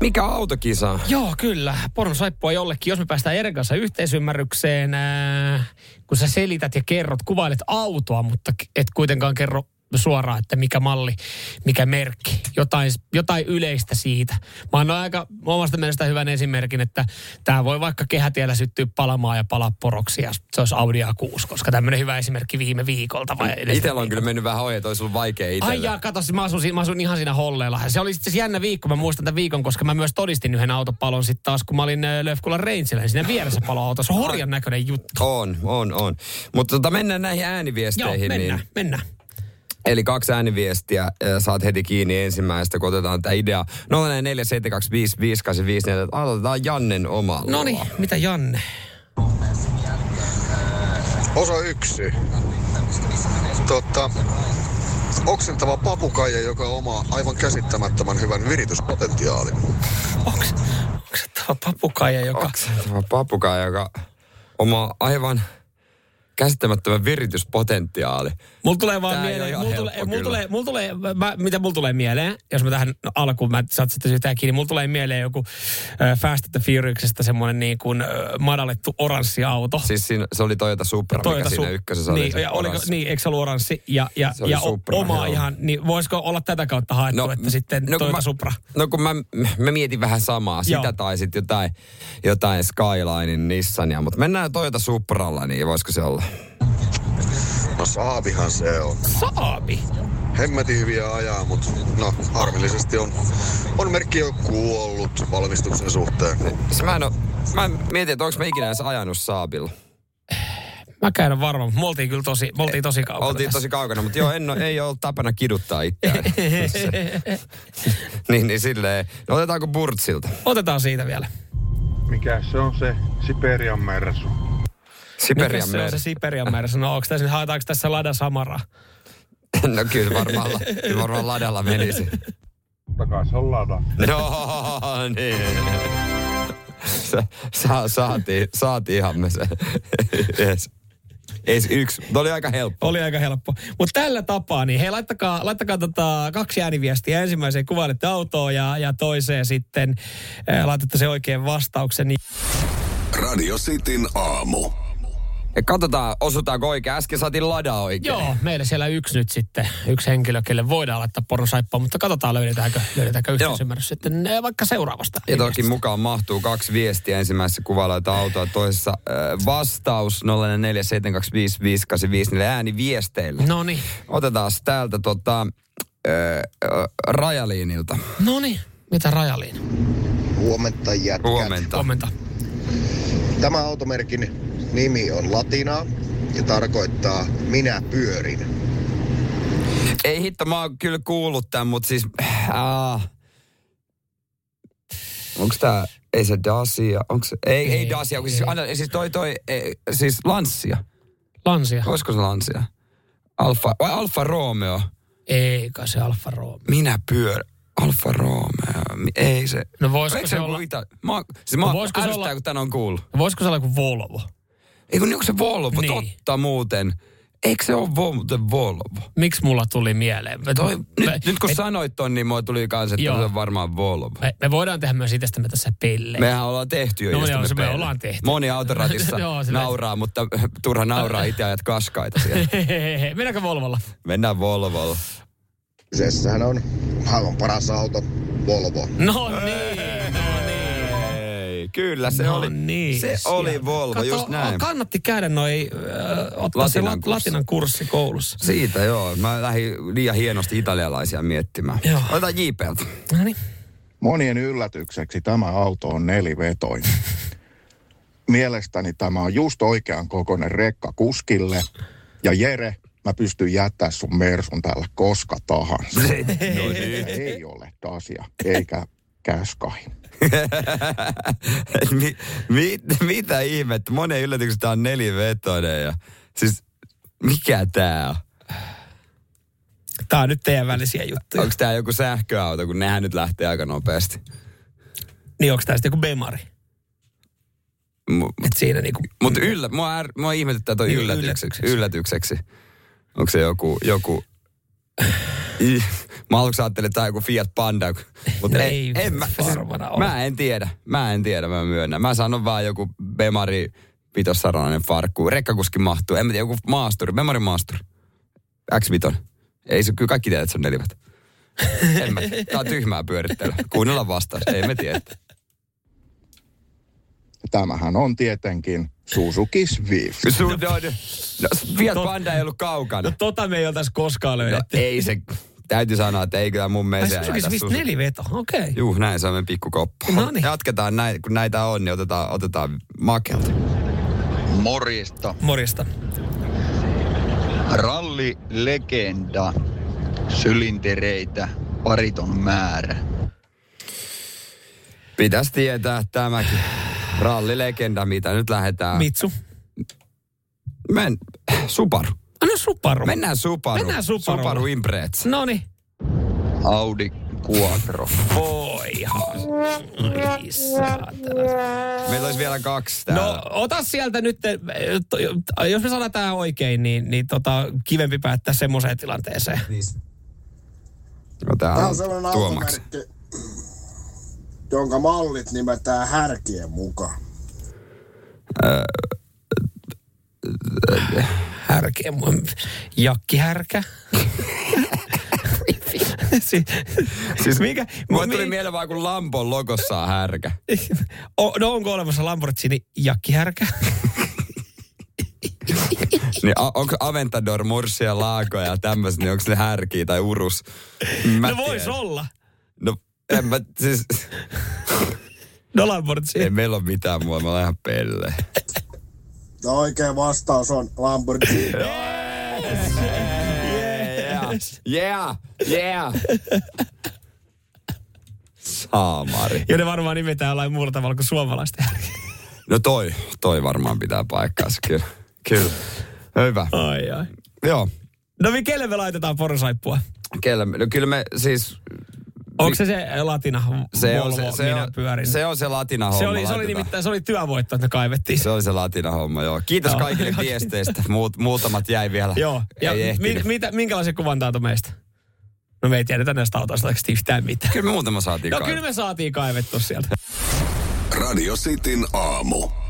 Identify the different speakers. Speaker 1: Mikä on autokisa?
Speaker 2: Joo, kyllä. Porno saippua jollekin, jos me päästään Eren kanssa yhteisymmärrykseen, ää, kun sä selität ja kerrot, kuvailet autoa, mutta k- et kuitenkaan kerro suoraan, että mikä malli, mikä merkki, jotain, jotain yleistä siitä. Mä annoin aika omasta mielestä hyvän esimerkin, että tämä voi vaikka kehätiellä syttyä palamaan ja palaa poroksi ja se olisi Audi A6, koska tämmöinen hyvä esimerkki viime viikolta. Vai edes-
Speaker 1: Itellä on kyllä mennyt vähän ohi, että olisi ollut vaikea itellä.
Speaker 2: Ai jaa, kato, siis mä asun, siinä- mä asun ihan siinä holleella. Se oli itse asiassa jännä viikko, mä muistan tämän viikon, koska mä myös todistin yhden autopalon sitten taas, kun mä olin ö, Löfkulan Reinsillä, niin siinä vieressä palo auto. Se on horjan näköinen juttu.
Speaker 1: On, on, on. Mutta tota, mennään näihin
Speaker 2: Joo,
Speaker 1: ääniviesteihin. niin-
Speaker 2: mennään, mennään.
Speaker 1: Eli kaksi ääniviestiä, äh, saat heti kiinni ensimmäistä, kun otetaan tämä idea. 047255854, aloitetaan Jannen omalla.
Speaker 2: No niin, mitä Janne?
Speaker 3: Osa yksi. Totta, oksentava papukaija, joka omaa aivan käsittämättömän hyvän virityspotentiaalin.
Speaker 2: Onks, onks se tämä papukaija, joka...
Speaker 1: Onko se tämä papukaija, joka omaa aivan käsittämättömän virityspotentiaali?
Speaker 2: Mulla tulee vaan
Speaker 1: Tää ei ole
Speaker 2: mieleen,
Speaker 1: ihan
Speaker 2: mulla tulee,
Speaker 1: helppo
Speaker 2: mulla
Speaker 1: kyllä.
Speaker 2: tulee, mulla tulee, mä, mitä mulla tulee mieleen, jos mä tähän alkuun, mä saat sitten sitä kiinni, mulla tulee mieleen joku äh, Fast and the Furiousista semmoinen niin kuin äh, madallettu oranssi auto.
Speaker 1: Siis siinä, se oli Toyota Supra, mikä siinä
Speaker 2: Su-
Speaker 1: ykkösessä oli.
Speaker 2: niin,
Speaker 1: se
Speaker 2: ja oliko,
Speaker 1: oranssi.
Speaker 2: niin, eikö se ollut oranssi ja, ja,
Speaker 1: Se oli
Speaker 2: ja o-
Speaker 1: Supra,
Speaker 2: oma
Speaker 1: joo.
Speaker 2: ihan, niin voisiko olla tätä kautta haettu, no, että sitten no,
Speaker 1: kun
Speaker 2: Toyota
Speaker 1: mä,
Speaker 2: Supra.
Speaker 1: No kun mä, mä mietin vähän samaa, sitä
Speaker 2: Joo.
Speaker 1: tai sitten jotain, jotain Skylinein Nissania, mutta mennään Toyota Supralla, niin voisiko se olla?
Speaker 3: No saavihan se on.
Speaker 2: Saabi!
Speaker 3: Hemmetin hyviä ajaa, mutta no harmillisesti on, on merkki jo kuollut valmistuksen suhteen.
Speaker 1: Se Siis mä, en oo, mä en mietin, että onko mä ikinä edes ajanut Saabilla.
Speaker 2: Mä käyn varma, mutta me oltiin kyllä tosi, me oltiin tosi kaukana
Speaker 1: E, Oltiin
Speaker 2: tässä.
Speaker 1: tosi kaukana, mutta joo, en, oo- ei ole tapana kiduttaa itseään. niin, niin silleen. No otetaanko Burtsilta?
Speaker 2: Otetaan siitä vielä.
Speaker 4: Mikä se on se Siperian mersu?
Speaker 2: Mikä
Speaker 1: Siperian
Speaker 2: se on se
Speaker 1: meri.
Speaker 2: Siperian mersu? No onko tässä, haetaanko tässä Lada Samaraa?
Speaker 1: No kyllä varmaan, la- kyllä varmaan ladalla menisi.
Speaker 4: Takas on lada.
Speaker 1: No niin. Sa, sa, saatiin, saatiinhan me se. Yes. Ei se yksi. Tuo oli aika helppo.
Speaker 2: Oli aika helppo. Mutta tällä tapaa, niin hei, laittakaa, laittakaa tota kaksi ääniviestiä. Ensimmäiseen kuvailette autoa ja, ja toiseen sitten äh, laitatte se oikein vastauksen. Niin
Speaker 5: Radio Cityn aamu.
Speaker 1: Ja katsotaan, osutaanko oikein. Äsken saatiin lada oikein.
Speaker 2: Joo, meillä siellä yksi nyt sitten, yksi henkilö, kelle voidaan laittaa pornosaippaa, mutta katsotaan löydetäänkö, löydetäänkö yhteisymmärrys sitten eh, vaikka seuraavasta.
Speaker 1: Ja toki
Speaker 2: linjasta.
Speaker 1: mukaan mahtuu kaksi viestiä. Ensimmäisessä kuvailla jotain autoa, toisessa äh, vastaus 04725585 niille ääniviesteille.
Speaker 2: No niin,
Speaker 1: Otetaan täältä tota, äh, äh, rajaliinilta.
Speaker 2: no niin. Mitä rajaliin?
Speaker 3: Huomenta jätkät.
Speaker 1: Huomenta.
Speaker 2: Kommenta.
Speaker 3: Tämä automerkin nimi on latinaa ja tarkoittaa minä pyörin.
Speaker 1: Ei hitto, mä oon kyllä kuullut tämän, mutta siis... Äh, onks tää... Ei se Dacia, onks... Ei, ei,
Speaker 2: Ei,
Speaker 1: ei Dacia, kun siis, anna, siis toi toi... Ei, siis Lancia.
Speaker 2: Lansia.
Speaker 1: Olisiko se Lancia? Alfa, vai Alfa Romeo?
Speaker 2: Eikä se Alfa Romeo.
Speaker 1: Minä pyörä. Alfa Romeo. Mi- Ei se...
Speaker 2: No voisiko
Speaker 1: Eikö
Speaker 2: se
Speaker 1: joku
Speaker 2: olla-
Speaker 1: Ita... Mä, oon- siis mä oon-
Speaker 2: Voisiko se
Speaker 1: ärsyttää,
Speaker 2: olla-
Speaker 1: kun tän on kuullut.
Speaker 2: Voisiko se olla joku Volvo?
Speaker 1: Eikö niin onko se Volvo?
Speaker 2: Niin.
Speaker 1: Totta muuten. Eikö se ole vo- muuten Volvo?
Speaker 2: Miksi mulla tuli mieleen? Me,
Speaker 1: Toi, nyt,
Speaker 2: me,
Speaker 1: nyt kun
Speaker 2: me,
Speaker 1: sanoit ton, niin mulla tuli kans, että
Speaker 2: Joo.
Speaker 1: se on varmaan Volvo.
Speaker 2: me, me, voidaan tehdä myös itsestämme tässä pille.
Speaker 1: Mehän ollaan tehty jo
Speaker 2: Niin. No
Speaker 1: just
Speaker 2: joo,
Speaker 1: me
Speaker 2: se me
Speaker 1: peilin.
Speaker 2: ollaan tehty.
Speaker 1: Moni autoratissa
Speaker 2: Joo, se
Speaker 1: nauraa, mutta turha nauraa itse ajat kaskaita siellä.
Speaker 2: Mennäänkö Volvolla?
Speaker 1: Mennään Volvolla.
Speaker 3: Kyseessähän on aivan paras auto, Volvo.
Speaker 2: No niin, no niin.
Speaker 1: Ei, kyllä se
Speaker 2: No
Speaker 1: oli,
Speaker 2: niin,
Speaker 1: se
Speaker 2: sieltä.
Speaker 1: oli Volvo,
Speaker 2: Kato, no,
Speaker 1: just näin.
Speaker 2: Kannatti käydä noi, äh, ottaa latinan, se
Speaker 1: Latinan
Speaker 2: lat,
Speaker 1: kurssi.
Speaker 2: latinan kurssi koulussa.
Speaker 1: Siitä joo, mä lähdin liian hienosti italialaisia miettimään.
Speaker 2: Joo.
Speaker 1: Otetaan JPltä.
Speaker 2: No niin.
Speaker 6: Monien yllätykseksi tämä auto on nelivetoinen. Mielestäni tämä on just oikean kokoinen rekka kuskille. Ja Jere, mä pystyn jättää sun Mersun täällä koska tahansa.
Speaker 1: No niin.
Speaker 6: Ei ole Dacia, eikä Käskai.
Speaker 1: mi, mi, mitä ihmettä? Monen yllätyksestä tää on nelivetoinen ja siis mikä tää on?
Speaker 2: Tää on nyt teidän välisiä juttuja.
Speaker 1: Onko tää joku sähköauto, kun nehän nyt lähtee aika nopeasti?
Speaker 2: Niin onko tää sitten joku bemari?
Speaker 1: M-
Speaker 2: Et siinä niinku...
Speaker 1: Mutta yllä, mua, är, mua ihmetyttää toi
Speaker 2: Niin,
Speaker 1: yllätykseksi.
Speaker 2: yllätykseksi.
Speaker 1: yllätykseksi. Onko se joku, joku... I, mä aluksi ajattelin, että tämä on joku Fiat Panda, mutta
Speaker 2: No
Speaker 1: ei,
Speaker 2: ei
Speaker 1: en mä,
Speaker 2: varmana ole.
Speaker 1: mä en tiedä, mä en tiedä, mä myönnän. Mä sanon vaan joku Bemari vitossaranainen farkku, rekkakuski mahtuu, en mä tiedä, joku maasturi, Bemari maasturi, X5. Ei se, kyllä kaikki tiedät, että se on nelivät. En mä, tiedä. tää on tyhmää pyörittelyä, kuunnellaan vastaus, ei me tiedä.
Speaker 6: Ja tämähän on tietenkin Suzuki Swift.
Speaker 1: Sun, no, no, Fiat Panda ei ollut kaukana.
Speaker 2: No tota me ei oltais koskaan
Speaker 1: No
Speaker 2: löydetty.
Speaker 1: ei se, täytyy sanoa, että ei kyllä mun
Speaker 2: Ai
Speaker 1: mielestä.
Speaker 2: Suzuki Swift neliveto, okei. Okay.
Speaker 1: Juu, näin saamme pikkukoppa.
Speaker 2: No niin.
Speaker 1: Jatketaan näin, kun näitä on, niin otetaan, otetaan makelta.
Speaker 7: Morjesta.
Speaker 2: Morjesta.
Speaker 7: Rallilegenda. Sylintereitä. Pariton määrä.
Speaker 1: Pitäisi tietää tämäkin rallilegenda, mitä nyt lähdetään.
Speaker 2: Mitsu.
Speaker 1: Men, Subaru.
Speaker 2: Anna Subaru.
Speaker 1: Mennään Subaru.
Speaker 2: Mennään Subarulla.
Speaker 1: Subaru Impreza.
Speaker 2: Noni.
Speaker 7: Audi Quattro.
Speaker 2: Voi ihan. Ai saatana.
Speaker 1: Meillä olisi vielä kaksi täällä.
Speaker 2: No ota sieltä nyt, eh, to- jos me saadaan tämä oikein, niin, niin tota, kivempi päättää semmoiseen tilanteeseen.
Speaker 1: no tää
Speaker 8: Tämä
Speaker 1: on
Speaker 8: on sellainen
Speaker 1: Tuomaksi.
Speaker 8: automerkki, jonka mallit nimetään härkien mukaan.
Speaker 2: Härkeä mun. Jakki härkä. siis, siis mikä?
Speaker 1: Mulle tuli mieleen vaan, kun Lampon logossa on härkä.
Speaker 2: O, no onko olemassa Lamborghini jakkihärkä?
Speaker 1: Niin, a- onko Aventador, Mursia, Laago ja tämmöiset, niin onko ne härkiä tai urus? Mä
Speaker 2: no vois
Speaker 1: tiedän.
Speaker 2: olla.
Speaker 1: No, en mä, siis,
Speaker 2: No Lamborghini.
Speaker 1: ei meillä ole mitään muuta, mä olen ihan pelle.
Speaker 8: Ja oikea vastaus on Lamborghini.
Speaker 2: Yes.
Speaker 1: Yeah, yeah. Saamari.
Speaker 2: Ja ne varmaan nimetään jollain muulla tavalla kuin suomalaisten härkä.
Speaker 1: No toi, toi varmaan pitää paikkaansa, kyllä. Kyllä. Hyvä.
Speaker 2: Ai ai.
Speaker 1: Joo.
Speaker 2: No mi- kelle me laitetaan porsaippua?
Speaker 1: Kyllä, me- no kyllä me siis...
Speaker 2: Onko se se latina
Speaker 1: Se on
Speaker 2: Volvo,
Speaker 1: se, se,
Speaker 2: minä
Speaker 1: on,
Speaker 2: pyörin?
Speaker 1: se, on se latina homma.
Speaker 2: se oli, se oli nimittäin, se oli työvoitto, että ne kaivettiin.
Speaker 1: Se oli se latina homma, joo. Kiitos
Speaker 2: Joo.
Speaker 1: kaikille viesteistä. Muut, muutamat jäi vielä.
Speaker 2: Joo. Ja
Speaker 1: ei
Speaker 2: mi,
Speaker 1: ehtinyt.
Speaker 2: mitä, minkälaisen kuvan tämä antoi meistä? No me ei tiedetä näistä autoista oikeasti yhtään mitään.
Speaker 1: Kyllä me muutama saatiin
Speaker 2: No
Speaker 1: kai.
Speaker 2: kyllä me saatiin kaivettu sieltä.
Speaker 5: Radio Cityn aamu.